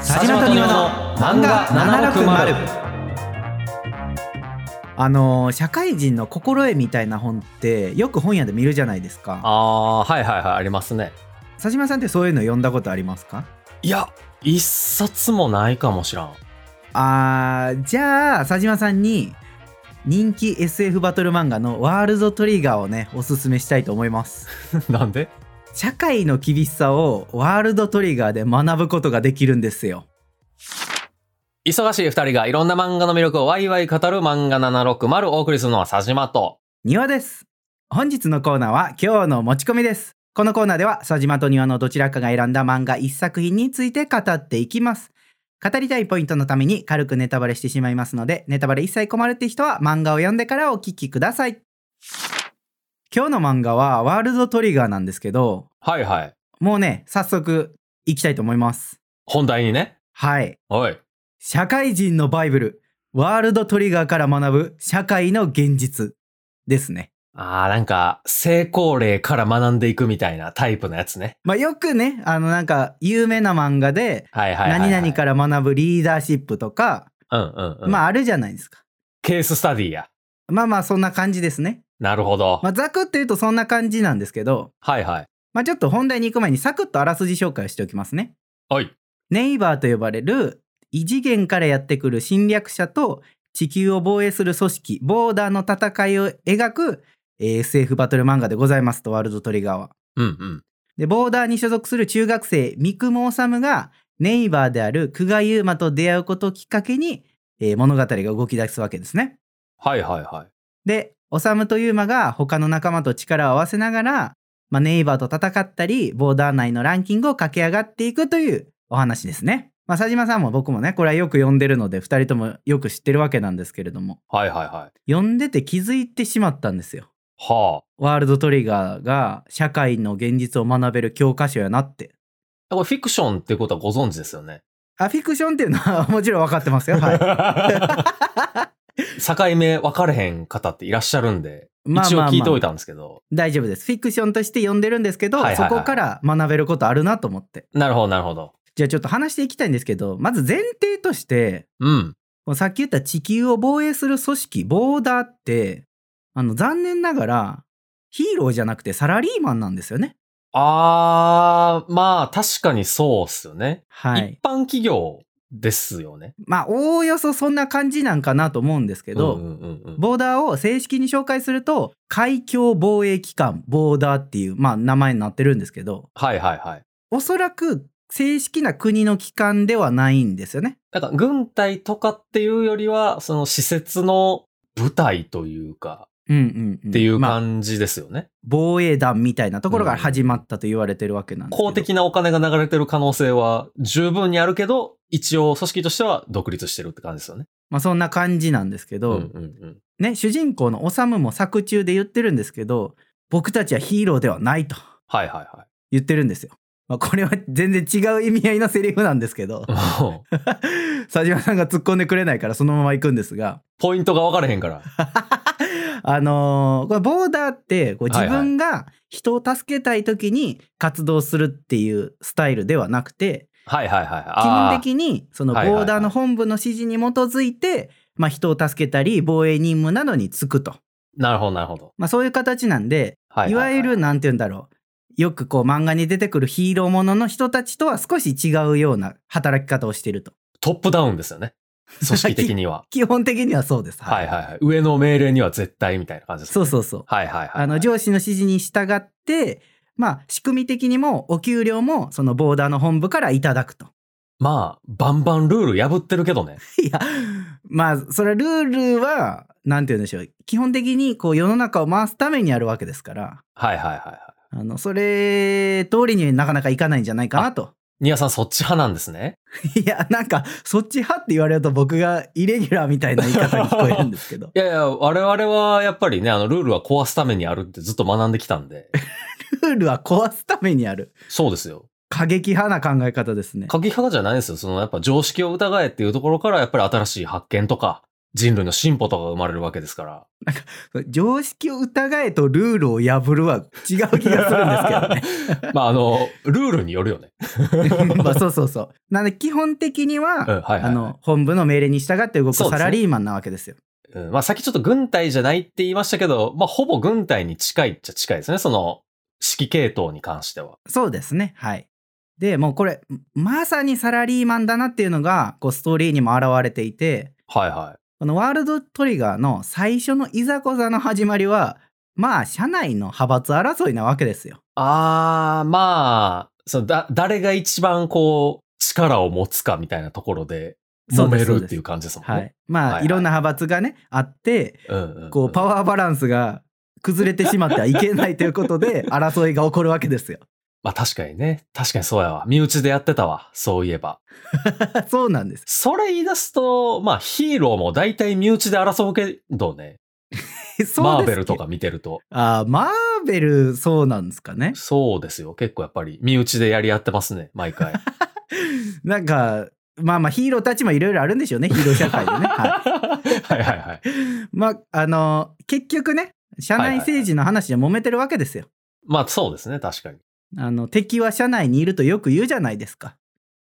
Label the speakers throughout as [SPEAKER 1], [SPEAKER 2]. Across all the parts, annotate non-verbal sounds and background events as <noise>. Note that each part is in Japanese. [SPEAKER 1] 佐島と庭の漫画760
[SPEAKER 2] あのー社会人の心得みたいな本ってよく本屋で見るじゃないですか
[SPEAKER 1] ああーはいはいはいありますね
[SPEAKER 2] 佐島さんってそういうの読んだことありますか
[SPEAKER 1] いや一冊もないかもしらん
[SPEAKER 2] あーじゃあ佐島さんに人気 SF バトル漫画の「ワールドトリガー」をねおすすめしたいと思います
[SPEAKER 1] <laughs> なんで
[SPEAKER 2] 社会の厳しさをワールドトリガーで学ぶことができるんですよ
[SPEAKER 1] 忙しい二人がいろんな漫画の魅力をワイワイ語る漫画760をお送りするのは佐島と
[SPEAKER 2] 庭です本日のコーナーは今日の持ち込みですこのコーナーでは佐島と庭のどちらかが選んだ漫画一作品について語っていきます語りたいポイントのために軽くネタバレしてしまいますのでネタバレ一切困るって人は漫画を読んでからお聞きください今日の漫画はワールドトリガーなんですけど
[SPEAKER 1] はいはい
[SPEAKER 2] もうね早速いきたいと思います
[SPEAKER 1] 本題にね
[SPEAKER 2] はい
[SPEAKER 1] おい
[SPEAKER 2] 社会人のバイブルワールドトリガーから学ぶ社会の現実ですね
[SPEAKER 1] あーなんか成功例から学んでいくみたいなタイプのやつね
[SPEAKER 2] まあよくね、あのなんか有名な漫画で、
[SPEAKER 1] はいはいはい、は
[SPEAKER 2] 何
[SPEAKER 1] い、
[SPEAKER 2] 々から学ぶリーダーシップとか、
[SPEAKER 1] らうんうん、うん、
[SPEAKER 2] ま
[SPEAKER 1] まあ
[SPEAKER 2] ああるじゃないですか。
[SPEAKER 1] ケーススタディや
[SPEAKER 2] まあまあそんな感じですね。
[SPEAKER 1] なるほど、
[SPEAKER 2] まあざくって言うとそんな感じなんですけど、
[SPEAKER 1] はいはい
[SPEAKER 2] まあちょっと本題に行く前にサクッとあらすじ紹介をしておきますね。
[SPEAKER 1] おい
[SPEAKER 2] ネイバーと呼ばれる異次元からやってくる侵略者と地球を防衛する組織、ボーダーの戦いを描くえー SF バトル漫画でございますと、ワールドトリガーは。
[SPEAKER 1] うんうん
[SPEAKER 2] で、ボーダーに所属する中学生、三雲治が、ネイバーである久我悠馬と出会うことをきっかけに、えー物語が動き出すわけですね。
[SPEAKER 1] はいはいはい
[SPEAKER 2] で、治と悠馬が他の仲間と力を合わせながら、まあ、ネイバーと戦ったり、ボーダー内のランキングを駆け上がっていくというお話ですね。まあ、佐島さんも僕もね、これはよく読んでるので、二人ともよく知ってるわけなんですけれども、
[SPEAKER 1] はいはいはい
[SPEAKER 2] 読んでて気づいてしまったんですよ。
[SPEAKER 1] は
[SPEAKER 2] ワールドトリガーが社会の現実を学べる教科書やなって。
[SPEAKER 1] あこれフィクションってことはご存知ですよね
[SPEAKER 2] あ、フィクションっていうのはもちろん分かってますよ。
[SPEAKER 1] <laughs>
[SPEAKER 2] はい。
[SPEAKER 1] 境目分かれへん方っていらっしゃるんで、一応聞いておいたんですけど。
[SPEAKER 2] 大丈夫です。フィクションとして読んでるんですけど、
[SPEAKER 1] はいはいはい
[SPEAKER 2] そこから学べることあるなと思って。
[SPEAKER 1] なるほど、なるほど。
[SPEAKER 2] じゃあちょっと話していきたいんですけど、まず前提として、
[SPEAKER 1] うん。
[SPEAKER 2] このさっき言った地球を防衛する組織、ボーダーって、あの、残念ながら、ヒーローじゃなくてサラリーマンなんですよね。
[SPEAKER 1] あー、まあ確かにそうっすよね。
[SPEAKER 2] はい
[SPEAKER 1] 一。般企業ですよね。
[SPEAKER 2] まあ、おおよそそんな感じなんかなと思うんですけど、
[SPEAKER 1] うんうんうんうん、
[SPEAKER 2] ボーダーを正式に紹介すると、海峡防衛機関、ボーダーっていう、まあ、名前になってるんですけど、
[SPEAKER 1] はいはいはい。
[SPEAKER 2] おそらく正式な国の機関ではないんですよね。
[SPEAKER 1] なんか軍隊とかっていうよりは、その施設の舞台というか、
[SPEAKER 2] うんうんうん、
[SPEAKER 1] っていう
[SPEAKER 2] まあ、
[SPEAKER 1] 感じですよね。
[SPEAKER 2] 防衛団みたいなところから始まったと言われてるわけなんですけど、
[SPEAKER 1] 公的なお金が流れてる可能性は十分にあるけど、一応組織としては独立してるって感じですよね。
[SPEAKER 2] まあ、そんな感じなんですけど、
[SPEAKER 1] うんうんうん。
[SPEAKER 2] ね主人公のオサムも作中で言ってるんですけど僕たちはヒーローではないと
[SPEAKER 1] はいはいはい。
[SPEAKER 2] 言ってるんですよ。まあ、これは全然違う意味合いのセリフなんですけ
[SPEAKER 1] <laughs>
[SPEAKER 2] ど佐島さんが突っ込んでくれないからそのまま行くんですが
[SPEAKER 1] ポイントが分かれへんから。
[SPEAKER 2] <laughs> あのーこれボーダーってこう
[SPEAKER 1] はいは
[SPEAKER 2] 自
[SPEAKER 1] い
[SPEAKER 2] 分が人を助けたい時に活動するっていうスタイルではなくて、
[SPEAKER 1] はいはいはい。基
[SPEAKER 2] 基本的にそのボ
[SPEAKER 1] はいはいはい
[SPEAKER 2] ーダーの本部の指示に基づいて、まあ、人を助けたり防衛任務などに就くと、
[SPEAKER 1] なるほどなるほど。
[SPEAKER 2] まあ、そういう形なんで、
[SPEAKER 1] はいはは
[SPEAKER 2] わゆるなんて言うんだろうよくこう漫画に出てくるヒーローものの人たちとは少し違うような働き方をしていると。
[SPEAKER 1] トップダウンですよね。組織的には
[SPEAKER 2] 基本的に <laughs> はそうです、
[SPEAKER 1] はいはいはい。上の命令には絶対みたいな感じです、
[SPEAKER 2] そうそうそう
[SPEAKER 1] はいはいはい。
[SPEAKER 2] あの上司の指示に従って、まあ、仕組み的にもお給料もそのボーダーの本部からいただくと。 <laughs>
[SPEAKER 1] まあ、バンバンルール破ってるけどね。
[SPEAKER 2] いやまあそれはルールは何て言うんでしょう基本的にこう世の中を回すためにあるわけですから
[SPEAKER 1] はいはいはいはい。
[SPEAKER 2] あのそれ通りになかなかいかないんじゃないかなと。 <laughs>
[SPEAKER 1] ニアさんそっち派なんですね。
[SPEAKER 2] いやなんかそっち派って言われると僕がイレギュラーみたいな言い方に聞こえるんですけど <laughs>
[SPEAKER 1] いやいや、我々はやっぱりね、あの、ルールは壊すためにあるってずっと学んできた
[SPEAKER 2] <laughs>
[SPEAKER 1] んで。
[SPEAKER 2] ルールは壊すためにある
[SPEAKER 1] そうですよ。
[SPEAKER 2] 過激派な考え方ですね。
[SPEAKER 1] 鍵派じゃないですよ。そのやっぱ常識を疑えっていうところから、やっぱり新しい発見とか、人類の進歩とかが生まれるわけですから。
[SPEAKER 2] 常識を疑えとルールを破るは違う気がするんです
[SPEAKER 1] <laughs> まあ、あの、ルールによるよね。 <laughs>
[SPEAKER 2] けどね。まあそうそうそう。 <laughs> なので基本的には、
[SPEAKER 1] うん、はいはい。
[SPEAKER 2] あの、本部の命令に従って動く
[SPEAKER 1] そ
[SPEAKER 2] サ
[SPEAKER 1] うですね
[SPEAKER 2] ラリーマンなわけですよ。
[SPEAKER 1] うん、まあさっきちょっと軍隊じゃないって言いましたけど、まあほぼ軍隊に近いっちゃ近いですね、その指揮系統に関しては。
[SPEAKER 2] そうですね。はい。で、もうこれ、まさにサラリーマンだなっていうのが、こう、ストーリーにも現れていて、
[SPEAKER 1] はいは
[SPEAKER 2] このワールドトリガーの最初のいざこざの始まりは、まあ、社内の派閥争いなわけですよ。
[SPEAKER 1] い。あー、まあ、そのだ、誰が一番こう、力を持つかみたいなところで、
[SPEAKER 2] そ
[SPEAKER 1] 揉
[SPEAKER 2] うで
[SPEAKER 1] め
[SPEAKER 2] す
[SPEAKER 1] るっていう感じですもんね。
[SPEAKER 2] はい。まあ、
[SPEAKER 1] はいいはい
[SPEAKER 2] ろんな派閥がね、あって、
[SPEAKER 1] うんうんうん
[SPEAKER 2] こう、パワーバランスが崩れてしまってはいけないということで、争いが起こるわけですよ。 <laughs>
[SPEAKER 1] まあ確かにね、確かにそうやわ。身内でやってたわ、そういえば。
[SPEAKER 2] そうなんです。
[SPEAKER 1] それ言い出すと、まあヒーローも大体身内で争うけどね、
[SPEAKER 2] <laughs> そうです
[SPEAKER 1] マーベルとか。見てると。
[SPEAKER 2] あーマーベル、そうなんですか
[SPEAKER 1] <laughs>
[SPEAKER 2] ね。
[SPEAKER 1] そうですよ、結構やっぱり身内でやり合ってますね、毎回。
[SPEAKER 2] なんか、まあまあヒーローたちもいろいろあるんでしょう
[SPEAKER 1] <laughs>
[SPEAKER 2] ね、ヒーロー社会でね。は
[SPEAKER 1] はいはいはい。
[SPEAKER 2] い、まあ、あの結局ね、社内政治の話で揉めてるわけですよ。
[SPEAKER 1] まあそうですね、確かに。
[SPEAKER 2] あの敵は社内にいるとよく言うじゃないですか。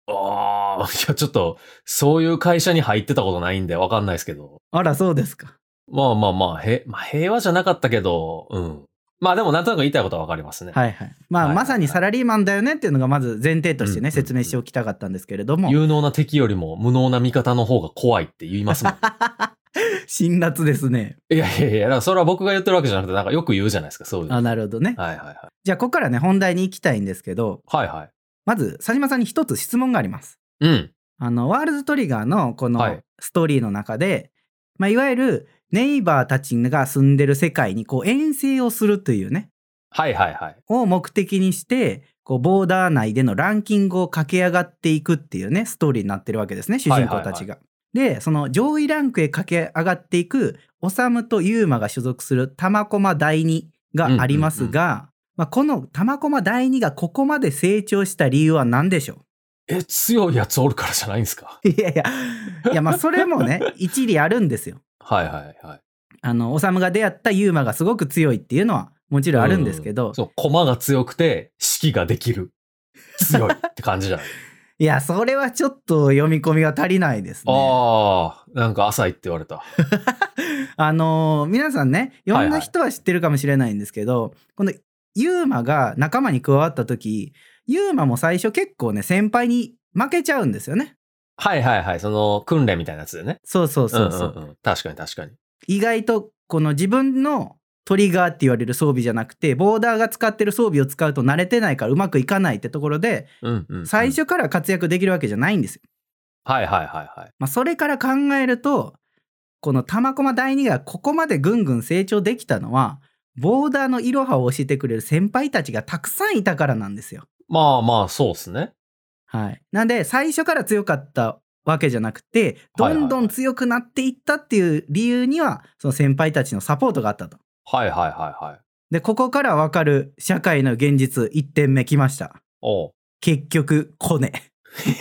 [SPEAKER 1] ああ、いやちょっと、そういう会社に入ってたことないんでわかんないですけど。
[SPEAKER 2] あら、そうですか。
[SPEAKER 1] まあまあまあ、へ、まあ平和じゃなかったけど、うん。まあでもなんとなく言いたいことはわかりますね。
[SPEAKER 2] はいはい。まあ、
[SPEAKER 1] はい
[SPEAKER 2] まさにサラリーマンだよねっていうのがまず前提として
[SPEAKER 1] うんうんう
[SPEAKER 2] ね、
[SPEAKER 1] ん
[SPEAKER 2] 説明しておきたかったんですけれども、
[SPEAKER 1] 有能な敵よりも無能な味方の方が怖いって言いますもん。
[SPEAKER 2] 辛辣ですね。
[SPEAKER 1] いやいやいや、だからそれは僕が言ってるわけじゃなくて、なんかよく言うじゃないですか、そういうの。
[SPEAKER 2] あ
[SPEAKER 1] はい
[SPEAKER 2] なるほどね。
[SPEAKER 1] はいはい。
[SPEAKER 2] じゃあ、ここからね、本題に行きたいんですけど、
[SPEAKER 1] はいはい。
[SPEAKER 2] まず、佐島さんに一つ質問があります。
[SPEAKER 1] うん。
[SPEAKER 2] あの、ワールドトリガーのこ
[SPEAKER 1] は
[SPEAKER 2] の
[SPEAKER 1] い
[SPEAKER 2] ストーリーの中で、まあ、いわゆるネイバーたちが住んでる世界にこう遠征をするというね、
[SPEAKER 1] はいはいはい。
[SPEAKER 2] を目的にして、こうボーダー内でのランキングを駆け上がっていくっていうね、ストーリーになってるわけですね、主人公たちが。で、その上位ランクへ駆け上がっていく、オサムとユーマが所属する玉駒第二がありますが、まあ、この玉駒第二がここまで成長した理由は何でしょう
[SPEAKER 1] え、強いやつおるからじゃないんですか。
[SPEAKER 2] いやいや、いやまあそれも
[SPEAKER 1] <laughs>
[SPEAKER 2] ね、一理あるんですよ。
[SPEAKER 1] はいはいはい。
[SPEAKER 2] あの、オサムが出会ったユーマがすごく強いっていうのはもちろんあるんですけど、
[SPEAKER 1] そう、駒が強くて、指揮ができる。強いって感じじゃない
[SPEAKER 2] いや、それはちょっと読み込みが足りないです <laughs> ね。
[SPEAKER 1] ああ、なんか浅いって言われた。
[SPEAKER 2] あのー皆さんね、いろん
[SPEAKER 1] はいは
[SPEAKER 2] ない人は知ってるかもしれないんですけど、このユーマが仲間に加わった時、ユーマも最初結構ね、先輩に負けちゃうんですよね。
[SPEAKER 1] はいはいはい、その訓練みたいなやつでね。
[SPEAKER 2] そうそうそうそう。
[SPEAKER 1] んうんうん、確かに確かに。
[SPEAKER 2] 意外とこの自分のトリガーって言われる装備じゃなくてボーダーが使ってる装備を使うと慣れてないからうまくいかないってところで
[SPEAKER 1] うんうん、うん。
[SPEAKER 2] 最。初から活躍できるわけじゃないんですよ。
[SPEAKER 1] はいはいはいはい。
[SPEAKER 2] まあ、それから考えるとこの玉駒第二がここまでぐんぐん成長できたのはボーダーのいろはを教えてくれる先輩たちがたくさんいたからなんですよ。
[SPEAKER 1] まあまあ、そうっすね。
[SPEAKER 2] はい、なんで最初から強かったわけじゃなくてどんどん強くなっていったっていう理由にはその先輩たちのサポートがあったと。
[SPEAKER 1] はいはいはいはい。
[SPEAKER 2] で、ここからわかる社会の現実1点目来ました。
[SPEAKER 1] おう
[SPEAKER 2] 結局、コ
[SPEAKER 1] <laughs>
[SPEAKER 2] ネ。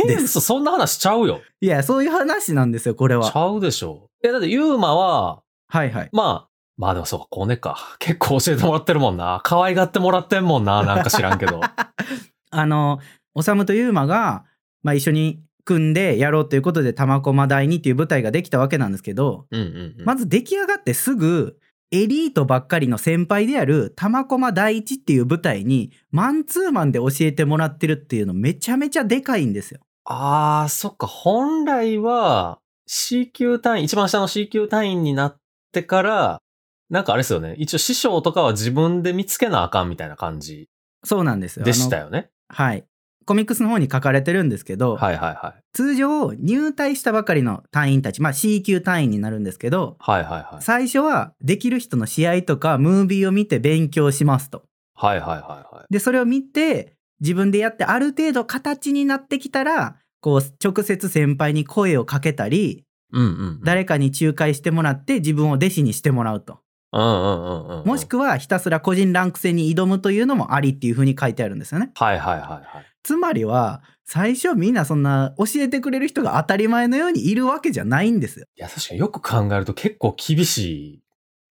[SPEAKER 2] です
[SPEAKER 1] そそんな話ちゃうよ。
[SPEAKER 2] いや、そういう話なんですよ、これ
[SPEAKER 1] ち
[SPEAKER 2] は。
[SPEAKER 1] ゃうでしょ。え、だってユーマは、
[SPEAKER 2] はいはい。
[SPEAKER 1] まあ、まあでもそうか、コネか。 <laughs> 結構教えてもらってるもんな。可愛がってもらってんもん <laughs> な。なんか知らんけど。
[SPEAKER 2] あの、オサムとユーマが、まあ、一緒に組んでやろうということで、玉駒第2っていう舞台ができたわけなんですけど、
[SPEAKER 1] うんうん、うん。
[SPEAKER 2] まず出来上がってすぐ、エリートばっかりの先輩である玉駒第一っていう舞台にマンツーマンで教えてもらってるっていうのめちゃめちゃでかいんですよ。
[SPEAKER 1] ああ、そっか。本来は、C 級単位、一番下の C 級単位になってから、なんかあれですよね。一応師匠とかは自分で見つけなあかんみたいな感じ
[SPEAKER 2] そうなんですよ。
[SPEAKER 1] でした
[SPEAKER 2] あの
[SPEAKER 1] よね。
[SPEAKER 2] はい。コミックスの方に書かれてるんですけど、
[SPEAKER 1] はいはいはい。
[SPEAKER 2] 通常入隊したばかりの隊員たち、まあ、C 級隊員になるんですけど
[SPEAKER 1] はいはいはい。
[SPEAKER 2] 最初はできる人の試合とかムービーを見て勉強しますと。
[SPEAKER 1] はいはいはいはい。
[SPEAKER 2] でそれを見て自分でやってある程度形になってきたらこう直接先輩に声をかけたり
[SPEAKER 1] うんうんうん。
[SPEAKER 2] 誰かに仲介してもらって自分を弟子にしてもらうと。
[SPEAKER 1] うんうんうんうんうん。
[SPEAKER 2] もしくはひたすら個人ランク戦に挑むというのもありっていうふうに書いてあるんですよね。
[SPEAKER 1] はいはいはいはい。
[SPEAKER 2] つまりは最初みんなそんな教えてくれる人が当たり前のようにいるわけじゃないんですよ。
[SPEAKER 1] いや、確かによく考えると結構厳し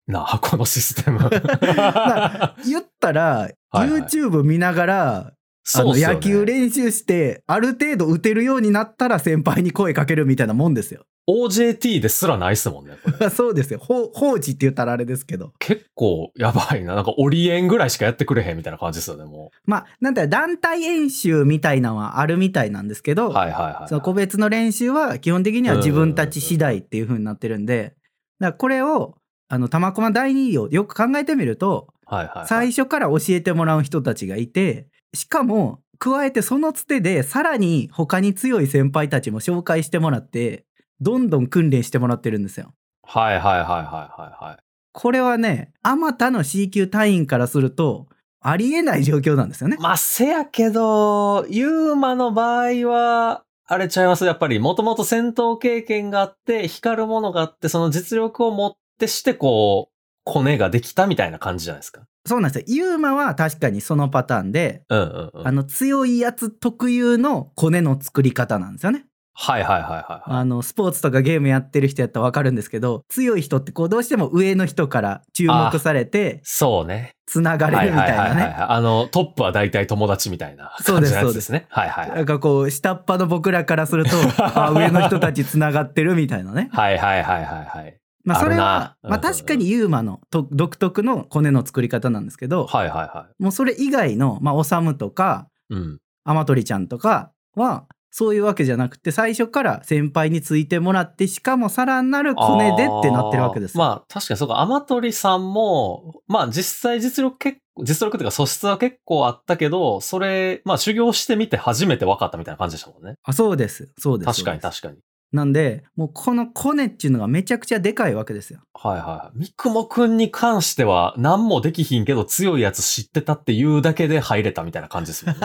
[SPEAKER 1] いな、このシステ
[SPEAKER 2] <laughs>
[SPEAKER 1] ム。 <laughs>
[SPEAKER 2] な言ったら
[SPEAKER 1] はいはい
[SPEAKER 2] YouTube 見ながらあ
[SPEAKER 1] そう
[SPEAKER 2] の
[SPEAKER 1] っすよね
[SPEAKER 2] 野球練習してある程度打てるようになったら先輩に声かけるみたいなもんですよ。
[SPEAKER 1] OJT ですらないっすもんね、こ
[SPEAKER 2] <laughs>
[SPEAKER 1] れ。
[SPEAKER 2] そうですよ。ほう放置って言ったらあれですけど。
[SPEAKER 1] 結構やばいな。なんかオリエンぐらいしかやってくれへんみたいな感じですよね、も
[SPEAKER 2] まあなんて団体演習みたいなのはあるみたいなんですけ
[SPEAKER 1] う。
[SPEAKER 2] ど、
[SPEAKER 1] はいはいはい。
[SPEAKER 2] その個別の練習は基本的には自分たち次第っていう風になってるんで、だからこれをあの玉駒第二をよく考えてみると、
[SPEAKER 1] はいはいはい。
[SPEAKER 2] 最初から教えてもらう人たちがいて、しかも加えてそのつてでさらに他に強い先輩たちも紹介してもらって、どんどん訓練してもらってるんですよ。
[SPEAKER 1] はいはいはいはいはいはい。
[SPEAKER 2] これはね、あまたの C 級隊員からすると、ありえない状況なんですよね。
[SPEAKER 1] まあ、せやけど、ユーマの場合は、あれちゃいますやっぱり、もともと戦闘経験があって、光るものがあって、その実力を持ってして、こう、コネができたみたいな感じじゃないですか。
[SPEAKER 2] そうなんですよ。ユーマは確かにそのパターンで、
[SPEAKER 1] うんうんうん。
[SPEAKER 2] あの強いやつ特有のコネの作り方なんですよね。
[SPEAKER 1] はいはいはいはいはい。
[SPEAKER 2] あのスポーツとかゲームやってる人やったらわかるんですけど、強い人ってこうどうしても上の人から注目されて
[SPEAKER 1] そうね。
[SPEAKER 2] つなが
[SPEAKER 1] は
[SPEAKER 2] れ
[SPEAKER 1] い
[SPEAKER 2] るみ
[SPEAKER 1] は
[SPEAKER 2] た
[SPEAKER 1] い
[SPEAKER 2] い
[SPEAKER 1] はいはい
[SPEAKER 2] な
[SPEAKER 1] はい
[SPEAKER 2] ね。。
[SPEAKER 1] あの、トップは大体友達みたいな
[SPEAKER 2] そう
[SPEAKER 1] 感
[SPEAKER 2] で
[SPEAKER 1] じ
[SPEAKER 2] す
[SPEAKER 1] のやつですね。はいはいは。
[SPEAKER 2] ないんかこう下っ端の僕らからす
[SPEAKER 1] <laughs>
[SPEAKER 2] るとあ上の人たちつながってるみたいなね。
[SPEAKER 1] はいはいはいはいはい。
[SPEAKER 2] まあ、それは
[SPEAKER 1] あるな
[SPEAKER 2] まあ、
[SPEAKER 1] うんうんうん
[SPEAKER 2] 確かにユーマのと独特のコネの作り方なんですけど、
[SPEAKER 1] はいはいは
[SPEAKER 2] もうそれ以外の、まあ、オサムとか
[SPEAKER 1] い。うん。
[SPEAKER 2] アマトリちゃんとかはそういうわけじゃなくて最初から先輩についてもらってしかもさらなるコネでってなってるわけです
[SPEAKER 1] あー
[SPEAKER 2] よ。
[SPEAKER 1] まあ確かにそうか、アマトリさんも、まあ実際実力結構、実力というか素質は結構あったけど、それ、まあ修行してみて初めて分かったみたいな感じでしたもんね。
[SPEAKER 2] あそうですそうです
[SPEAKER 1] 確かに
[SPEAKER 2] そうです
[SPEAKER 1] 確かに。
[SPEAKER 2] なんでもうこのコネっていうのがめちゃくちゃでかいわけですよ。
[SPEAKER 1] はいはい。三雲くんに関しては何もできひんけど強いやつ知ってたっていうだけで入れたみたいな感じで
[SPEAKER 2] <laughs>
[SPEAKER 1] すもんね。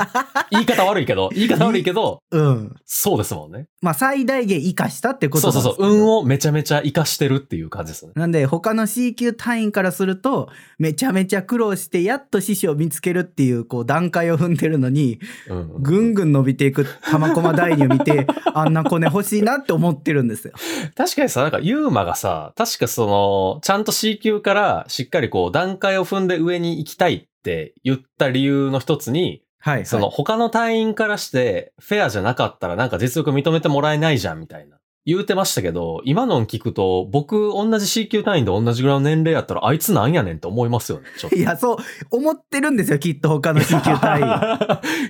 [SPEAKER 1] 言い方悪いけど、言い方悪いけど、
[SPEAKER 2] うん。
[SPEAKER 1] そうですもんね。
[SPEAKER 2] まあ最大限生かしたってこと
[SPEAKER 1] そ
[SPEAKER 2] な
[SPEAKER 1] うん
[SPEAKER 2] で
[SPEAKER 1] そう
[SPEAKER 2] すけ
[SPEAKER 1] そ
[SPEAKER 2] ど
[SPEAKER 1] う。運をめちゃめちゃ活かしてるっていう感じですね。
[SPEAKER 2] なんで他の C 級隊員からするとめちゃめちゃ苦労してやっと師匠を見つけるっていうこう段階を踏んでるのに
[SPEAKER 1] うんうんうん
[SPEAKER 2] ぐんぐん伸びていく玉駒第二を見て <laughs> あんなコネ欲しいなって思ってるんですよ。
[SPEAKER 1] 確かにさ、なんか、ユーマがさ、確かその、ちゃんと C 級からしっかりこう、段階を踏んで上に行きたいって言った理由の一つに、
[SPEAKER 2] はい、はい、
[SPEAKER 1] その、他の隊員からして、フェアじゃなかったらなんか実力認めてもらえないじゃん、みたいな。言うてましたけど、今のん聞くと、僕、同じ C 級隊員で同じぐらいの年齢やったら、あいつなんやねんって思いますよね、ちょっと
[SPEAKER 2] い。やそう思ってるんですよきっと他の C 級隊
[SPEAKER 1] <laughs>
[SPEAKER 2] 員。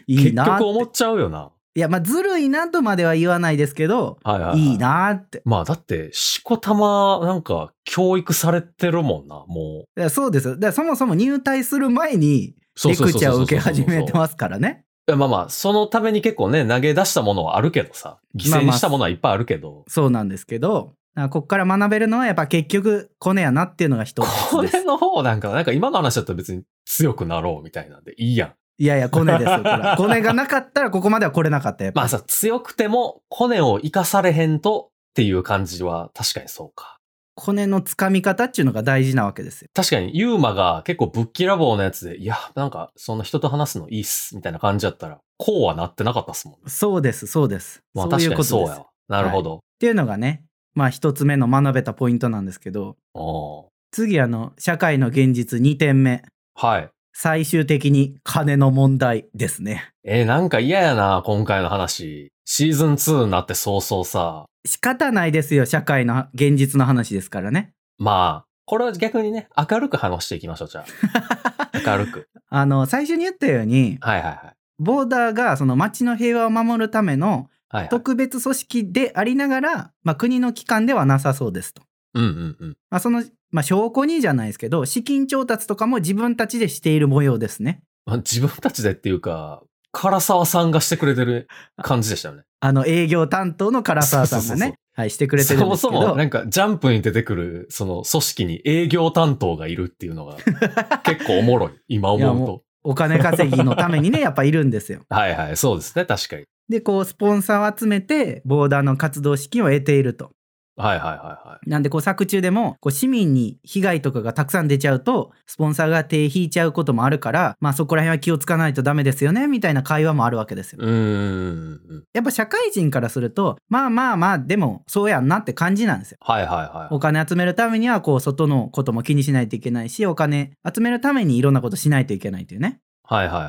[SPEAKER 2] いい
[SPEAKER 1] 結
[SPEAKER 2] な
[SPEAKER 1] 局
[SPEAKER 2] って
[SPEAKER 1] 思っちゃうよな。
[SPEAKER 2] いやまあずるいなとまでは言わないですけど
[SPEAKER 1] はいはい、はい。
[SPEAKER 2] いい。なって。
[SPEAKER 1] まあ、だって、しこたま、なんか、教育されてるもんな、もう。
[SPEAKER 2] だからそうですよだからそもそも入隊する前に
[SPEAKER 1] そう
[SPEAKER 2] レ
[SPEAKER 1] そう
[SPEAKER 2] ク
[SPEAKER 1] そう
[SPEAKER 2] チ
[SPEAKER 1] そ
[SPEAKER 2] ャー
[SPEAKER 1] うそう
[SPEAKER 2] を受け始めてますからね。
[SPEAKER 1] いやまあまあ、そのために結構ね、投げ出したものはあるけどさ、犠
[SPEAKER 2] まあ
[SPEAKER 1] 牲
[SPEAKER 2] ま
[SPEAKER 1] に
[SPEAKER 2] あ
[SPEAKER 1] したものはいっぱいあるけど、
[SPEAKER 2] そうなんですけど、あこっから学べるのはやっぱ結局コネやなっていうのが一つ
[SPEAKER 1] こ
[SPEAKER 2] で
[SPEAKER 1] れ <laughs>
[SPEAKER 2] す。
[SPEAKER 1] の方なんか、なんか今の話だと別に強くなろうみたいなんでいいやん。
[SPEAKER 2] いやいや、コネですよ。これコネがなかったらここまでは来れなかった。やっぱ
[SPEAKER 1] <laughs> まあさ、強くてもコネを生かされへんとっていう感じは確かにそうか。
[SPEAKER 2] コネのつかみ方っていうのが大事なわけですよ。
[SPEAKER 1] 確かにユーマが結構ぶっきらぼうなやつで、いや、なんかそんな人と話すのいいっすみたいな感じだったら、こうはなってなかったっすもんね。
[SPEAKER 2] そうです、そうです。
[SPEAKER 1] まあ
[SPEAKER 2] そうい
[SPEAKER 1] 確
[SPEAKER 2] う
[SPEAKER 1] か
[SPEAKER 2] こ
[SPEAKER 1] に
[SPEAKER 2] と
[SPEAKER 1] そ
[SPEAKER 2] で
[SPEAKER 1] う
[SPEAKER 2] す。
[SPEAKER 1] や
[SPEAKER 2] っ
[SPEAKER 1] わ。なるほど。
[SPEAKER 2] ていうのがね、まあ一つ目の学べたポイントなんですけど、
[SPEAKER 1] お
[SPEAKER 2] 次あの、社会の現実2点目。
[SPEAKER 1] ーはい。
[SPEAKER 2] 最終的に金の問題ですね。
[SPEAKER 1] えーなんか嫌やな、今回の話。シーズン2になって早々さ、
[SPEAKER 2] 仕方ないですよ、社会の現実の話ですから
[SPEAKER 1] <laughs>
[SPEAKER 2] ね。
[SPEAKER 1] まあ、これは逆にね、明るく話していきましょう、じゃあ。明るく。 <laughs>
[SPEAKER 2] あの、最初に言ったように、
[SPEAKER 1] はいはいはい。
[SPEAKER 2] ボーダーがその町の平和を守るための
[SPEAKER 1] はい、はい。
[SPEAKER 2] 特別組織でありながら、まあ、国の機関ではなさそうですと。
[SPEAKER 1] うんうんうん。
[SPEAKER 2] まあ、その、まあ、証拠にじゃないですけど、資金調達とかも自分たちでしている模様ですね。
[SPEAKER 1] まあ、自分たちでっていうか、唐沢さんがしてくれてる感じでしたよね。
[SPEAKER 2] あの営業担当の唐沢さん
[SPEAKER 1] そ
[SPEAKER 2] が
[SPEAKER 1] うそうそう
[SPEAKER 2] ね、はい、して <laughs> くれてる
[SPEAKER 1] そ
[SPEAKER 2] んで
[SPEAKER 1] も
[SPEAKER 2] す
[SPEAKER 1] そ
[SPEAKER 2] けど。
[SPEAKER 1] も、なんか、ジャンプに出てくる、その組織に営業担当がいるってい
[SPEAKER 2] <laughs>
[SPEAKER 1] うのが、結構おもろい。今
[SPEAKER 2] いや
[SPEAKER 1] 思う
[SPEAKER 2] も
[SPEAKER 1] と。
[SPEAKER 2] お金稼ぎのためにね、やっぱいるんですよ。
[SPEAKER 1] はいはい、そうですね、確かに。
[SPEAKER 2] で、こう、スポンサーを集めて、ボーダーの活動資金を得ていると。
[SPEAKER 1] はいはいはいはい。
[SPEAKER 2] なんでこう作中でもこう市民に被害とかがたくさん出ちゃうとスポンサーが手引いちゃうこともあるからまあそこら辺は気をつかないとダメですよねみたいな会話もあるわけですよ。
[SPEAKER 1] うーん。
[SPEAKER 2] やっぱ社会人からするとまあまあまあでもそうやんなって感じなんですよ。
[SPEAKER 1] はいはいはい。
[SPEAKER 2] お金集めるためにはこう外のことも気にしないといけないしお金集めるためにいろんなことしないといけないというね。
[SPEAKER 1] はいはいはいはい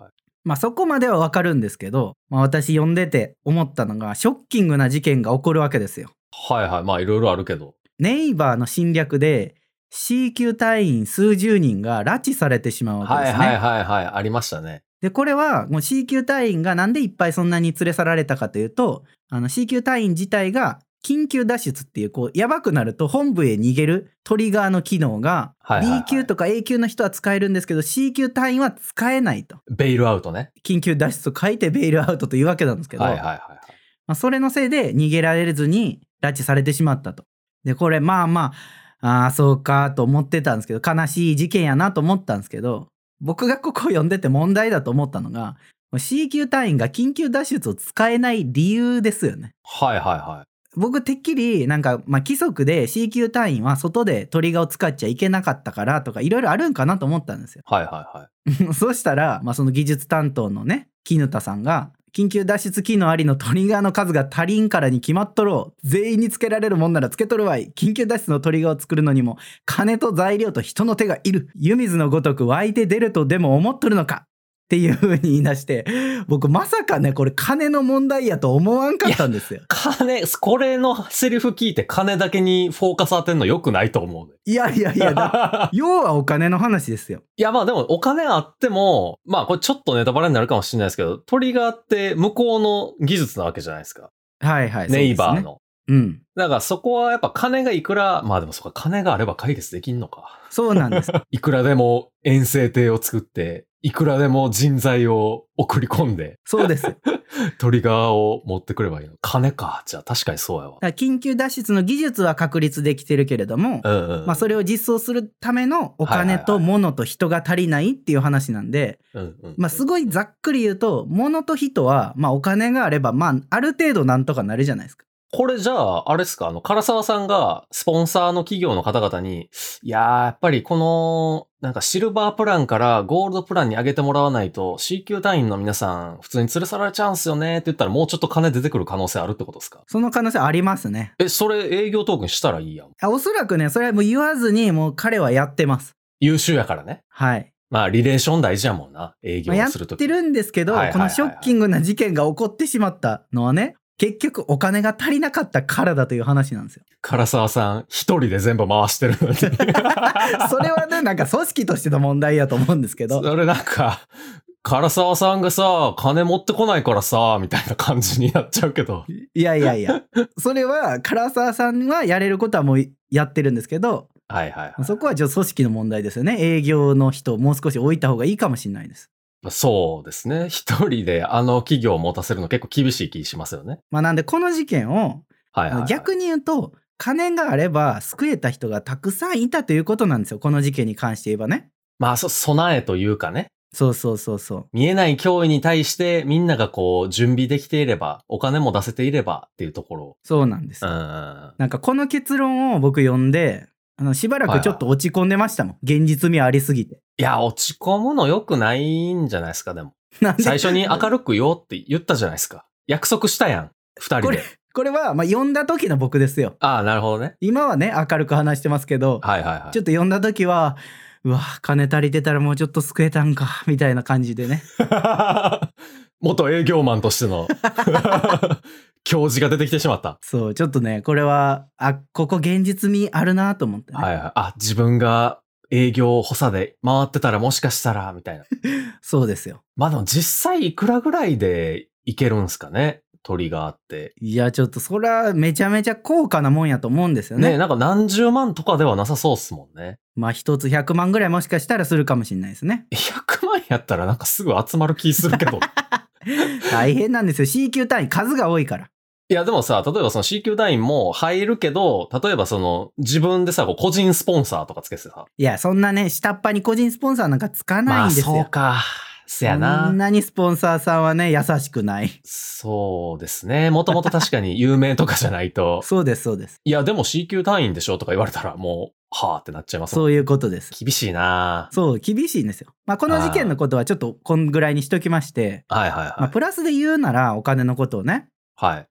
[SPEAKER 1] は
[SPEAKER 2] まあそこまではわかるんですけど、まあ、私読んでて思ったのがショッキングな事件が起こるわけですよ。
[SPEAKER 1] い。はいはい。まあいろいろあるけど。
[SPEAKER 2] ネイバーの侵略で C 級隊員数十人が拉致されてしまうわけ
[SPEAKER 1] は
[SPEAKER 2] で
[SPEAKER 1] い
[SPEAKER 2] すね。
[SPEAKER 1] はいはいはい。ありましたね。
[SPEAKER 2] でこれはもう C 級隊員がなんでいっぱいそんなに連れ去られたかというとあの C 級隊員自体が緊急脱出っていうこうやばくなると本部へ逃げるトリガーの機能が
[SPEAKER 1] はいはいはい
[SPEAKER 2] B 級とか A 級の人は使えるんですけど C 級隊員は使えないと
[SPEAKER 1] ベイルアウトね。
[SPEAKER 2] 緊急脱出と書いてベイルアウトというわけなんですけど、
[SPEAKER 1] はいはいはいはい。
[SPEAKER 2] まあ、それのせいで逃げられずに拉致されてしまったと。でこれまあまああーそうかと思ってたんですけど悲しい事件やなと思ったんですけど僕がここを読んでて問題だと思ったのが C 級隊員が緊急脱出を使えない理由ですよね。
[SPEAKER 1] はいはいはい。
[SPEAKER 2] 僕てっきりなんか、まあ、規則で C 級隊員は外でトリガーを使っちゃいけなかったからとかいろいろあるんかなと思ったんですよ。
[SPEAKER 1] はいはいは
[SPEAKER 2] <laughs>
[SPEAKER 1] い。
[SPEAKER 2] そうしたら、まあ、その技術担当のね絹田さんが緊急脱出機能ありのトリガーの数が足りんからに決まっとろう全員につけられるもんならつけとるわい緊急脱出のトリガーを作るのにも金と材料と人の手がいる湯水のごとく湧いて出るとでも思っとるのかっていうふうに言い出して僕まさかねこれ金の問題やと思わんかったんですよ。
[SPEAKER 1] 金、これのセリフ聞いて金だけにフォーカス当てんの良くないと思うね。
[SPEAKER 2] <laughs> いやいやいやだ要はお金の話ですよ。
[SPEAKER 1] <laughs> いや、まあでもお金あっても、まあこれちょっとネタバレになるかもしれないですけど、トリガーって向こうの技術なわけじゃないですか。
[SPEAKER 2] はいはい。
[SPEAKER 1] ネイバーの。
[SPEAKER 2] そうですね。うん。
[SPEAKER 1] だからそこはやっぱ金がいくら、まあでもそっか、金があれば解決できんのか。 <laughs>
[SPEAKER 2] そうなんです。
[SPEAKER 1] いくらでも遠征艇を作って、いくらでも人材を送り込んで、
[SPEAKER 2] そうです。
[SPEAKER 1] トリガーを持ってくればいいの。金か。じゃあ確かにそうやわ。
[SPEAKER 2] だから緊急脱出の技術は確立できてるけれども、
[SPEAKER 1] うんうん。
[SPEAKER 2] まあ、それを実装するためのお
[SPEAKER 1] はいはい
[SPEAKER 2] 金
[SPEAKER 1] はい
[SPEAKER 2] と物と人が足りないっていう話なんで、
[SPEAKER 1] うんうん
[SPEAKER 2] まあ、すごいざっくり言うと物と人は、まあ、お金があれば、まあ、ある程度なんとかなるじゃないですか。
[SPEAKER 1] これじゃあ、あれですか、あの、唐沢さんが、スポンサーの企業の方々に、いやー、やっぱりこの、なんかシルバープランからゴールドプランに上げてもらわないと、C 級隊員の皆さん、普通に連れ去られちゃうんすよねって言ったら、もうちょっと金出てくる可能性あるってことですか
[SPEAKER 2] その可能性ありますね。
[SPEAKER 1] え、それ営業トークンしたらいいやん。
[SPEAKER 2] あおそらくねそれはもう言わずにもう彼はやってます。
[SPEAKER 1] 優秀やからね。
[SPEAKER 2] はい、
[SPEAKER 1] まあ、リレーション大事やもんな。営業
[SPEAKER 2] まあや
[SPEAKER 1] すると
[SPEAKER 2] っ
[SPEAKER 1] き。
[SPEAKER 2] てるんですけど、
[SPEAKER 1] はいはいはいはい
[SPEAKER 2] このショッキングな事件が起こってしまったのはね結局お金が足りなかったからだという話なんですよ。
[SPEAKER 1] 唐沢さん、一人で全部回してる
[SPEAKER 2] <laughs>
[SPEAKER 1] のに。そ
[SPEAKER 2] それはねなんか組織としての問題やと思うんですけど。
[SPEAKER 1] それなんか、唐沢さんがさ、金持ってこないからさ、みたいな感じになっちゃうけど。
[SPEAKER 2] いやいやいやそれは唐沢さんはやれることはもうやってるんですけど
[SPEAKER 1] はいはいはい。
[SPEAKER 2] そこはちょっと組織の問題ですよね営業の人をもう少し置いた方がいいかもしれないです。
[SPEAKER 1] まあそうですね。一人であの企業を持たせるの結構厳しい気しますよね。
[SPEAKER 2] まあ、なんでこの事件を
[SPEAKER 1] はいはい、はい。
[SPEAKER 2] 逆に言うと金があれば救えた人がたくさんいたということなんですよこの事件に関して言えばね。
[SPEAKER 1] まあ、そ、備えというかね。
[SPEAKER 2] そうそうそうそう。
[SPEAKER 1] 見えない脅威に対してみんながこう、準備できていれば、お金も出せていればっていうところ。
[SPEAKER 2] そうなんです
[SPEAKER 1] う
[SPEAKER 2] よ、
[SPEAKER 1] ん。
[SPEAKER 2] なんかこの結論を僕読んであのしばらくちょっと落ち込んでましたもん、現実味ありすぎて。
[SPEAKER 1] いや、落ち込むの良くないんじゃないですか、でも。
[SPEAKER 2] なんで
[SPEAKER 1] 最初に明るくよって言ったじゃないですか。約束したやん。二人
[SPEAKER 2] こ
[SPEAKER 1] で
[SPEAKER 2] れ。これはまあ読んだ時の僕ですよ。
[SPEAKER 1] ああ、なるほどね。
[SPEAKER 2] 今はね明るく話してますけど、
[SPEAKER 1] はいはいはい。
[SPEAKER 2] ちょっと読んだ時はうわ金足りてたらもうちょっと救えたんかみたいな感じでね
[SPEAKER 1] <laughs> 元営業マンとしての <laughs> 教授が出てきてしまった。
[SPEAKER 2] そうちょっとねこれはあここ現実味あるなと思って、ね
[SPEAKER 1] はいはい。あ、自分が営業補佐で回ってたらもしかしたら、みたいな。
[SPEAKER 2] そうですよ
[SPEAKER 1] まあでも実際いくらぐらいでいけるんすかねトリガーって。
[SPEAKER 2] いやちょっとそれはめちゃめちゃ高価なもんやと思うんですよね
[SPEAKER 1] ねなんか何十万とかではなさそうっすもんね。
[SPEAKER 2] まあ一つ100万ぐらいもしかしたらするかもしれないですね
[SPEAKER 1] 100万やったらなんかすぐ集まる気する
[SPEAKER 2] <laughs>
[SPEAKER 1] けど。
[SPEAKER 2] 大変なんですよ C 級単位数が多いから
[SPEAKER 1] いやでもさ、例えばその C 級団員も入るけど、例えばその自分でさ、こう個人スポンサーとかつけてさ。
[SPEAKER 2] いやそんなね下っ端に個人スポンサーなんかつかな
[SPEAKER 1] ま
[SPEAKER 2] い
[SPEAKER 1] あ
[SPEAKER 2] んですよ、
[SPEAKER 1] そうか。せや
[SPEAKER 2] そん
[SPEAKER 1] な。
[SPEAKER 2] なにスポンサーさんはね、優しくない。
[SPEAKER 1] そうですね。もともと確か
[SPEAKER 2] <laughs>
[SPEAKER 1] に有名とかじゃないと、
[SPEAKER 2] そうです、そうです。
[SPEAKER 1] いや、でも C 級単位でしょとか言われたら、もう、はあってなっちゃいますもん。
[SPEAKER 2] そういうことです。
[SPEAKER 1] 厳しいな
[SPEAKER 2] そう、厳しいんですよ。まあ、この事件のことはちょっとこんぐらいにしときまして、
[SPEAKER 1] はいはい
[SPEAKER 2] まあ、
[SPEAKER 1] は
[SPEAKER 2] プラスで言うならお金のことをね、
[SPEAKER 1] い。はい。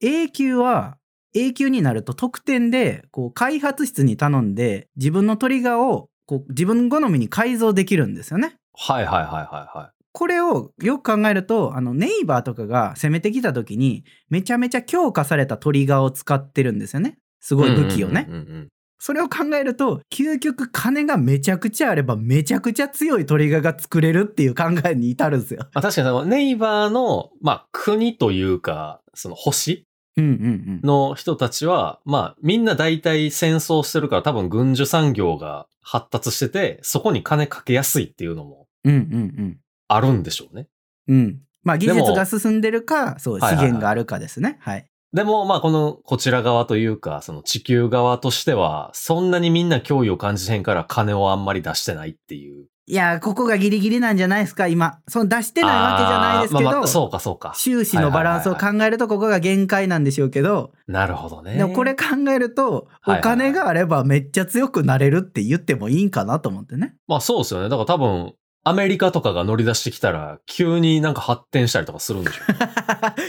[SPEAKER 2] A 級は A 級になると特典でこう開発室に頼んで自分のトリガーをこう自分好みに改造できるんですよね。
[SPEAKER 1] はいはいはいはいは
[SPEAKER 2] これをよく考えるとあのネイバーとかが攻めてきた時にめちゃめちゃ強化されたトリガーを使ってるんですよね。すご
[SPEAKER 1] い。
[SPEAKER 2] い武器をね。
[SPEAKER 1] うんうんうんうん
[SPEAKER 2] それを考えると究極金がめちゃくちゃあればめちゃくちゃ強いトリガーが作れるっていう考えに至るんですよ。
[SPEAKER 1] まあ、確かにそのネイバーの、まあ、国というか、その星
[SPEAKER 2] うんうんうん。
[SPEAKER 1] の人たちは、まあ、みんな大体戦争してるから多分軍需産業が発達してて、そこに金かけやすいっていうのも
[SPEAKER 2] うんうん
[SPEAKER 1] あるんでしょうね。
[SPEAKER 2] うん。うん。まあ技
[SPEAKER 1] でも
[SPEAKER 2] 術が進んでるかそう
[SPEAKER 1] はいはい
[SPEAKER 2] 資
[SPEAKER 1] はい
[SPEAKER 2] 源があるかですね。はい。
[SPEAKER 1] でも、まあ、この、こちら側というか、その地球側としては、そんなにみんな脅威を感じへんから金をあんまり出してないっていう。
[SPEAKER 2] いやーここがギリギリなんじゃないですか今その出してないわけじゃないですけど、
[SPEAKER 1] あーまあまあそうかそうか。
[SPEAKER 2] 収支のバランスを考えるとここが限界なんでしょうけど、
[SPEAKER 1] なるほどね。
[SPEAKER 2] でもこれ考えるとお
[SPEAKER 1] はいはい
[SPEAKER 2] 金があればめっちゃ強くなれるって言ってもいいんかなと思ってね。 <laughs>
[SPEAKER 1] まあそうですよね。だから多分、アメリカとかが乗り出してきたら、急になんか発展したりとかするんでしょうね。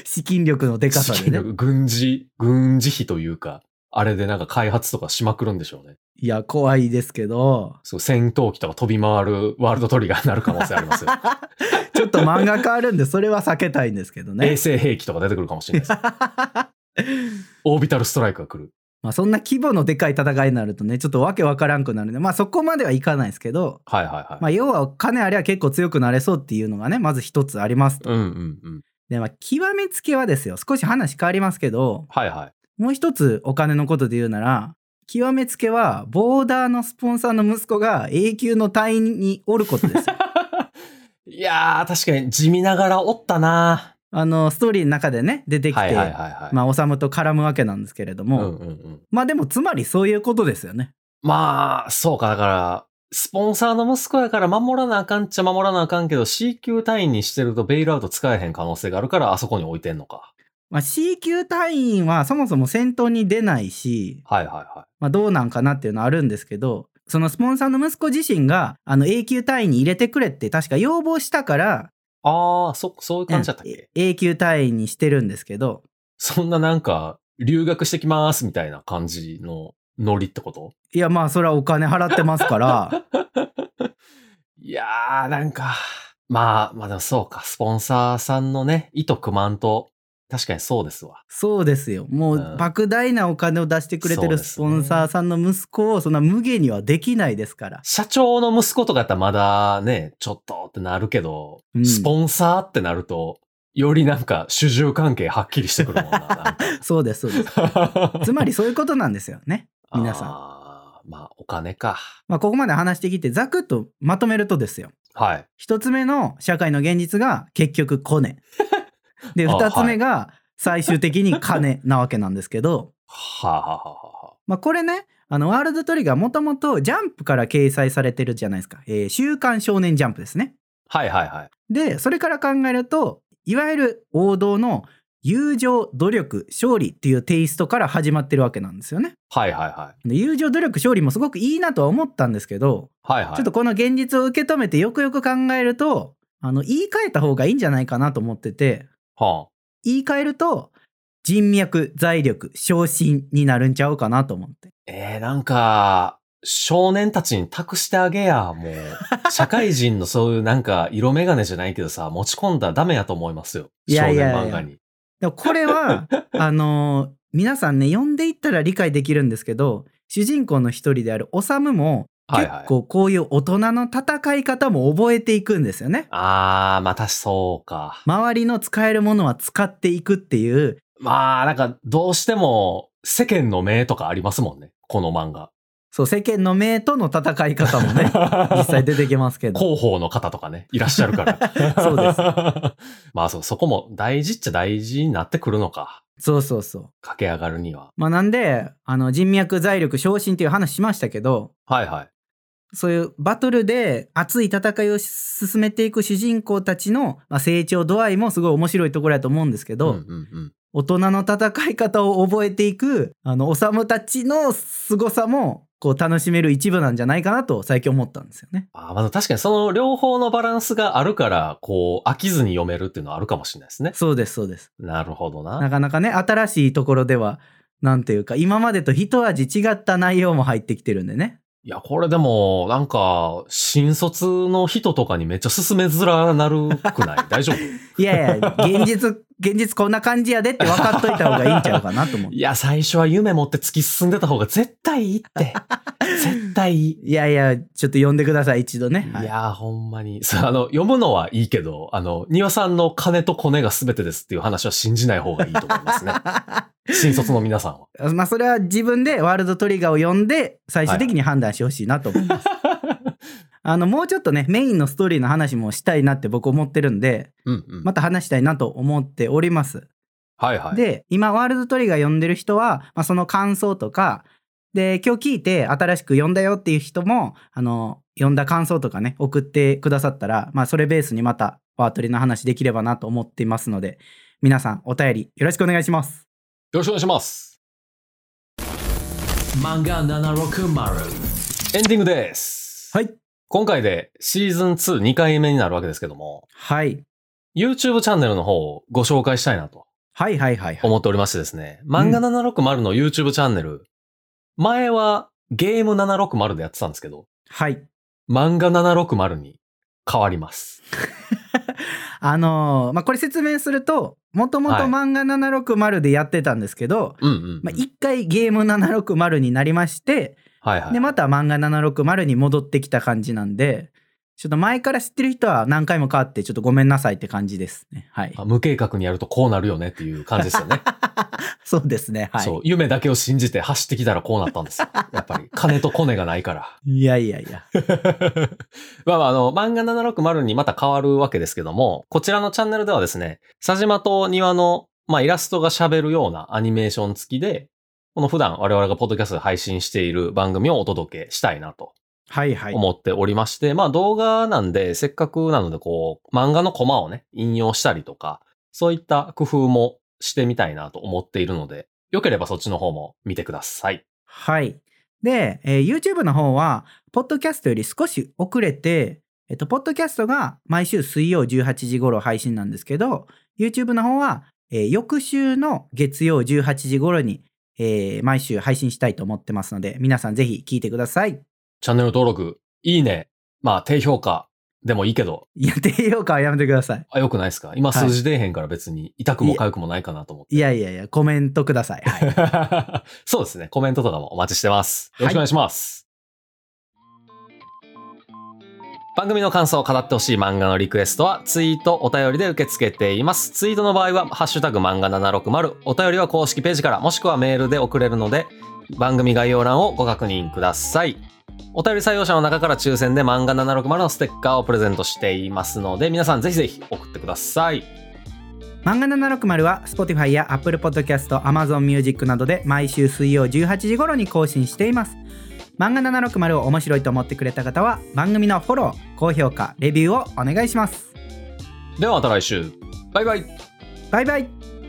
[SPEAKER 2] 資金力のでかさ
[SPEAKER 1] 資金
[SPEAKER 2] でね。
[SPEAKER 1] 力軍事、軍事費というか、あれでなんか開発とかしまくるんでしょうね。
[SPEAKER 2] いや怖いですけど
[SPEAKER 1] そう戦闘機とか飛び回るワールドトリガーになる可能性あ
[SPEAKER 2] <laughs>
[SPEAKER 1] りますよ。
[SPEAKER 2] ちょっと漫画変わるんでそれは避けたいんですけど
[SPEAKER 1] 衛
[SPEAKER 2] ね。
[SPEAKER 1] 星兵器とか出てくるかもしれないです。オービタルストライクが来る。
[SPEAKER 2] <laughs> まあそんな規模のでかい戦いになるとねちょっとわけわからんくなるんでまあそこまではいかないですけど
[SPEAKER 1] はいはいはい。
[SPEAKER 2] まあ、要は金あれば結構強くなれそうっていうのがねまず一つありますと。
[SPEAKER 1] うんうんうん。
[SPEAKER 2] でまあ極めつけはですよ少し話変わりますけど
[SPEAKER 1] はいはい。
[SPEAKER 2] もう一つお金のことで言うなら極めつけはボーダーのスポンサーの息子が永久の隊員におることです
[SPEAKER 1] <laughs>
[SPEAKER 2] よ。
[SPEAKER 1] <laughs> いやー、確かに地味ながらおったな
[SPEAKER 2] あのストーリーの中でね出てきて、
[SPEAKER 1] はいはいはいはい。
[SPEAKER 2] まあ、修と絡むわけなんですけれども、
[SPEAKER 1] うんうんうん。
[SPEAKER 2] まあでもつまりそういうことですよね。
[SPEAKER 1] まあ、そうか、だから、スポンサーの息子やから守らなあかんっちゃ守らなあかんけど、C 級単位にしてるとベイルアウト使えへん可能性があるから、あそこに置いてんのか。
[SPEAKER 2] まあ、C 級隊員はそもそも戦闘に出ないし、
[SPEAKER 1] はいはいは
[SPEAKER 2] まあ、どうなんかなっていうのはあるんですけどそのスポンサーの息子自身があの A 級単位に入れてくれって確か要望したから
[SPEAKER 1] い。ああ、そ、そういう感じだったっけ、
[SPEAKER 2] うん A 級単位にしてるんですけど
[SPEAKER 1] そんななんか、留学してきますみたいな感じのノリってこと
[SPEAKER 2] いやまあそれはお金払ってますから
[SPEAKER 1] <laughs> いやー、なんか、まあ、まあでもそうか、スポンサーさんのね、意図くまんと、確かにそうですわ。
[SPEAKER 2] そうですよもう
[SPEAKER 1] うん
[SPEAKER 2] 莫大なお金を出してくれてるスポンサーさんの息子をそんな無下にはできないですから、
[SPEAKER 1] 社長の息子とかやったらまだね、ちょっとってなるけど、
[SPEAKER 2] うん
[SPEAKER 1] スポンサーってなると、よりなんか主従関係はっきりしてく
[SPEAKER 2] <laughs>
[SPEAKER 1] るもんな。なん
[SPEAKER 2] そうですそうです
[SPEAKER 1] か
[SPEAKER 2] つまりそういうことなんですよね皆さん
[SPEAKER 1] あーまあ、お金か。
[SPEAKER 2] まあここまで話してきてざくっとまとめるとですよ
[SPEAKER 1] はい。
[SPEAKER 2] 一つ目の社会の現実が結局コネで
[SPEAKER 1] あ
[SPEAKER 2] 二つ目が最終的に金なわけなんですけど、
[SPEAKER 1] はあ、はあはあは
[SPEAKER 2] まあ、これねあのワールドトリガーもともとジャンプから掲載されてるじゃないですか「えー週刊少年ジャンプ」ですね。
[SPEAKER 1] あ、はいはいはい。
[SPEAKER 2] でそれから考えるといわゆる王道の友情努力勝利っていうテイストから始まってるわけなんですよね。
[SPEAKER 1] はいはいはい。
[SPEAKER 2] で友情努力勝利もすごくいいなとは思ったんですけど
[SPEAKER 1] はいはい。
[SPEAKER 2] ちょっとこの現実を受け止めてよくよく考えるとあの言い換えた方がいいんじゃないかなと思ってて
[SPEAKER 1] は
[SPEAKER 2] 言い換えると人脈財力昇進になるんちゃうかなと思って
[SPEAKER 1] あ、えー、なんか、少年たちに託してあげや、も
[SPEAKER 2] <laughs>
[SPEAKER 1] う。社会人のそういうなんか色眼鏡じゃないけどさ、持ち込んだらダメやと思いますよ。
[SPEAKER 2] いやいやいや
[SPEAKER 1] 少年漫画に。
[SPEAKER 2] でもこれ
[SPEAKER 1] <laughs>
[SPEAKER 2] はあのー皆さんね読んでいったら理解できるんですけど主人公の一人であるオサムも
[SPEAKER 1] はい
[SPEAKER 2] 結
[SPEAKER 1] はい。
[SPEAKER 2] 構こういう大人の戦い方も覚えていくんですよね。
[SPEAKER 1] あー、またそうか。
[SPEAKER 2] 周りの使えるものは使っていくっていう
[SPEAKER 1] まあ、なんか、どうしても、世間の目とかありますもんね。この漫画。
[SPEAKER 2] そう世間の名との戦い方もね <laughs>
[SPEAKER 1] <laughs>
[SPEAKER 2] 実際出てきますけど
[SPEAKER 1] 広報の方とかね、いらっしゃるから。
[SPEAKER 2] <laughs> そうです
[SPEAKER 1] <laughs> まあそう、そこも大事っちゃ大事になってくるのか。
[SPEAKER 2] そうそうそう
[SPEAKER 1] 駆け上がるには。
[SPEAKER 2] まあ、なんであの人脈財力昇進っていう話しましたけど
[SPEAKER 1] はいはい。
[SPEAKER 2] そういうバトルで熱い戦いを進めていく主人公たちのまあ成長度合いもすごい面白いところやと思うんですけど、
[SPEAKER 1] うんうんうん
[SPEAKER 2] 大人の戦い方を覚えていく、あの、おさむたちの凄さも、こう、楽しめる一部なんじゃないかなと、最近思ったんですよね。
[SPEAKER 1] あーまあ、確かにその両方のバランスがあるから、こう、飽きずに読めるっていうのはあるかもしれないですね。
[SPEAKER 2] そうです、そうです。
[SPEAKER 1] なるほどな。
[SPEAKER 2] なかなかね、新しいところでは、なんていうか、今までと一味違った内容も入ってきてるんでね。
[SPEAKER 1] いや、これでも、なんか、新卒の人とかにめっちゃ勧めづらなる
[SPEAKER 2] <laughs>
[SPEAKER 1] くない大丈夫
[SPEAKER 2] いやいや、現実、現実こんな感じやでって分かっといた方がいいんちゃうかなと思う。
[SPEAKER 1] いや、最初は夢持って突き進んでた方が絶対いい
[SPEAKER 2] <laughs>
[SPEAKER 1] って。絶対いい。
[SPEAKER 2] いやいや、ちょっと読んでください、一度ね。はい
[SPEAKER 1] いやー、ほんまに。そうあの、読むのはいいけど、あの、庭さんの金とコネが全てですっていう話は信じない方がいいと思
[SPEAKER 2] <laughs>
[SPEAKER 1] いますね。新卒の皆さんは。
[SPEAKER 2] まあ、それは自分でワールドトリガーを読んで、最終的に判断してほしいなと <laughs> 思います。あの、もうちょっとね、メインのストーリーの話もしたいなって僕思ってるんで、
[SPEAKER 1] うんうん。
[SPEAKER 2] また話したいなと思っております。
[SPEAKER 1] はいはい。
[SPEAKER 2] で、今、ワールドトリガー読んでる人は、まあ、その感想とか、で、今日聞いて新しく読んだよっていう人も、あの、読んだ感想とかね、送ってくださったら、まあ、それベースにまた、ワートリの話できればなと思っていますので、皆さんお便りよろしくお願いします。
[SPEAKER 1] よろしくお願いします。漫画760。エンディングです。
[SPEAKER 2] はい。
[SPEAKER 1] 今回でシーズン22回目になるわけですけども、
[SPEAKER 2] はい。
[SPEAKER 1] YouTube チャンネルの方をご紹介したいなと
[SPEAKER 2] はいはいはいはい。
[SPEAKER 1] 思っておりましてですね、漫画760の YouTube チャンネル、前はゲーム760でやってたんですけど、
[SPEAKER 2] はい。
[SPEAKER 1] 漫画760に変わります。
[SPEAKER 2] あのーまあ、これ説明すると、もともと
[SPEAKER 1] はい
[SPEAKER 2] 漫画760でやってたんですけど、
[SPEAKER 1] うんうん、うん
[SPEAKER 2] まあ、一回ゲーム760になりまして、
[SPEAKER 1] はいはい。
[SPEAKER 2] で、また漫画760に戻ってきた感じなんで、ちょっと前から知ってる人は何回も変わって、ちょっとごめんなさいって感じですね。はい。
[SPEAKER 1] あ無計画にやるとこうなるよねっていう感じですよね。
[SPEAKER 2] <laughs> そうですね。は
[SPEAKER 1] そう
[SPEAKER 2] い。。
[SPEAKER 1] 夢だけを信じて走ってきたらこうなった
[SPEAKER 2] <laughs>
[SPEAKER 1] んですよ。やっぱり。金とコネがないから。 <laughs>
[SPEAKER 2] いやいやいや。
[SPEAKER 1] まあまあ、あの、漫画760にまた変わるわけですけども、こちらのチャンネルではですね、佐島と庭の、まあ、イラストが喋るようなアニメーション付きで、この普段我々がポッドキャストで配信している番組をお届けしたいなと
[SPEAKER 2] はいはい。
[SPEAKER 1] 思っておりまして、まあ動画なんで、せっかくなのでこう、漫画のコマをね、引用したりとか、そういった工夫もしてみたいなと思っているので、よければそっちの方も見てください。
[SPEAKER 2] はい。で、えー YouTube の方は、ポッドキャストより少し遅れて、えっと、ポッドキャストが毎週水曜18時頃配信なんですけど、YouTube の方は、えー翌週の月曜18時頃に、えー毎週配信したいと思ってますので、皆さんぜひ聞いてください。
[SPEAKER 1] チャンネル登録、いいね、まあ低評価でもいいけど、
[SPEAKER 2] いや、低評価はやめてください。
[SPEAKER 1] あ、よくないですか今
[SPEAKER 2] はい
[SPEAKER 1] 数字出えへんから別に痛くも痒くもないかなと思って。
[SPEAKER 2] いやいやいや、コメントください。はい。
[SPEAKER 1] <laughs> そうですね。コメントとかもお待ちしてます。よろしくお願いします。番組の感想を語ってほしい漫画のリクエストはツイートお便りで受け付けています。ツイートの場合はハッシュタグ漫画760、お便りは公式ページからもしくはメールで送れるので番組概要欄をご確認ください。お便り採用者の中から抽選で漫画760のステッカーをプレゼントしていますので皆さんぜひぜひ送ってください。
[SPEAKER 2] 漫画760は Spotify や Apple Podcast、Amazon Music などで毎週水曜18時頃に更新しています。漫画760を面白いと思ってくれた方は番組のフォロー、高評価、レビューをお願いします。
[SPEAKER 1] ではまた来週。バイバイ。
[SPEAKER 2] バイバイ